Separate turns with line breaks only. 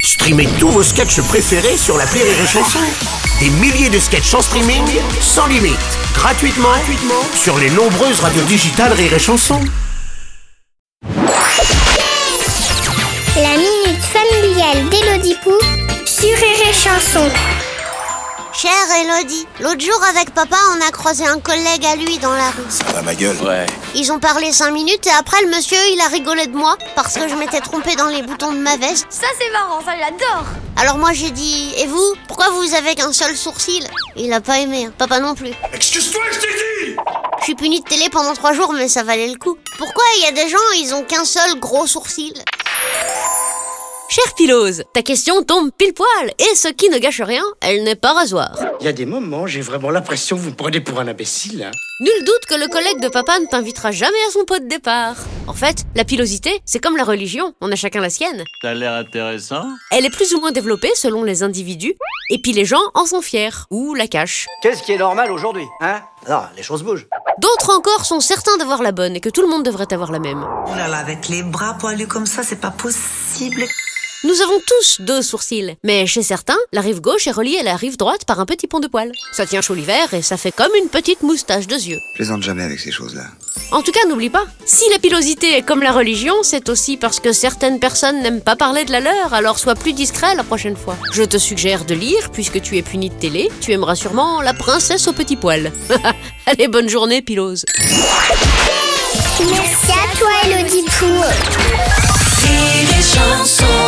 Streamez tous vos sketchs préférés sur la Rire et Chanson. Des milliers de sketchs en streaming, sans limite, gratuitement, gratuitement sur les nombreuses radios digitales Rire et Chanson.
La minute familiale d'Élodie Pou sur Rire et Chanson.
Chère Elodie, l'autre jour avec papa, on a croisé un collègue à lui dans la rue.
Ah ma gueule.
Ouais.
Ils ont parlé cinq minutes et après, le monsieur, il a rigolé de moi parce que je m'étais trompée dans les boutons de ma veste.
Ça c'est marrant, ça j'adore
Alors moi, j'ai dit Et vous Pourquoi vous avez qu'un seul sourcil Il a pas aimé, hein. papa non plus.
Excuse-toi, je t'ai dit
Je suis punie de télé pendant trois jours, mais ça valait le coup. Pourquoi il y a des gens, ils ont qu'un seul gros sourcil
Cher Pilose, ta question tombe pile poil, et ce qui ne gâche rien, elle n'est pas rasoir.
Il y a des moments, j'ai vraiment l'impression que vous me prenez pour un imbécile. hein.
Nul doute que le collègue de papa ne t'invitera jamais à son pot de départ. En fait, la pilosité, c'est comme la religion, on a chacun la sienne.
Ça a l'air intéressant.
Elle est plus ou moins développée selon les individus, et puis les gens en sont fiers, ou la cachent.
Qu'est-ce qui est normal aujourd'hui, hein Non, les choses bougent.
D'autres encore sont certains d'avoir la bonne, et que tout le monde devrait avoir la même.
Oh là là, avec les bras poilus comme ça, c'est pas possible.
Nous avons tous deux sourcils, mais chez certains, la rive gauche est reliée à la rive droite par un petit pont de poil. Ça tient chaud l'hiver, et ça fait comme une petite moustache de yeux.
Plaisante jamais avec ces choses-là.
En tout cas, n'oublie pas, si la pilosité est comme la religion, c'est aussi parce que certaines personnes n'aiment pas parler de la leur, alors sois plus discret la prochaine fois. Je te suggère de lire, puisque tu es puni de télé, tu aimeras sûrement La princesse aux petits poils. Allez, bonne journée, pilose.
Merci à toi, Elodie Pou.
Et les chansons.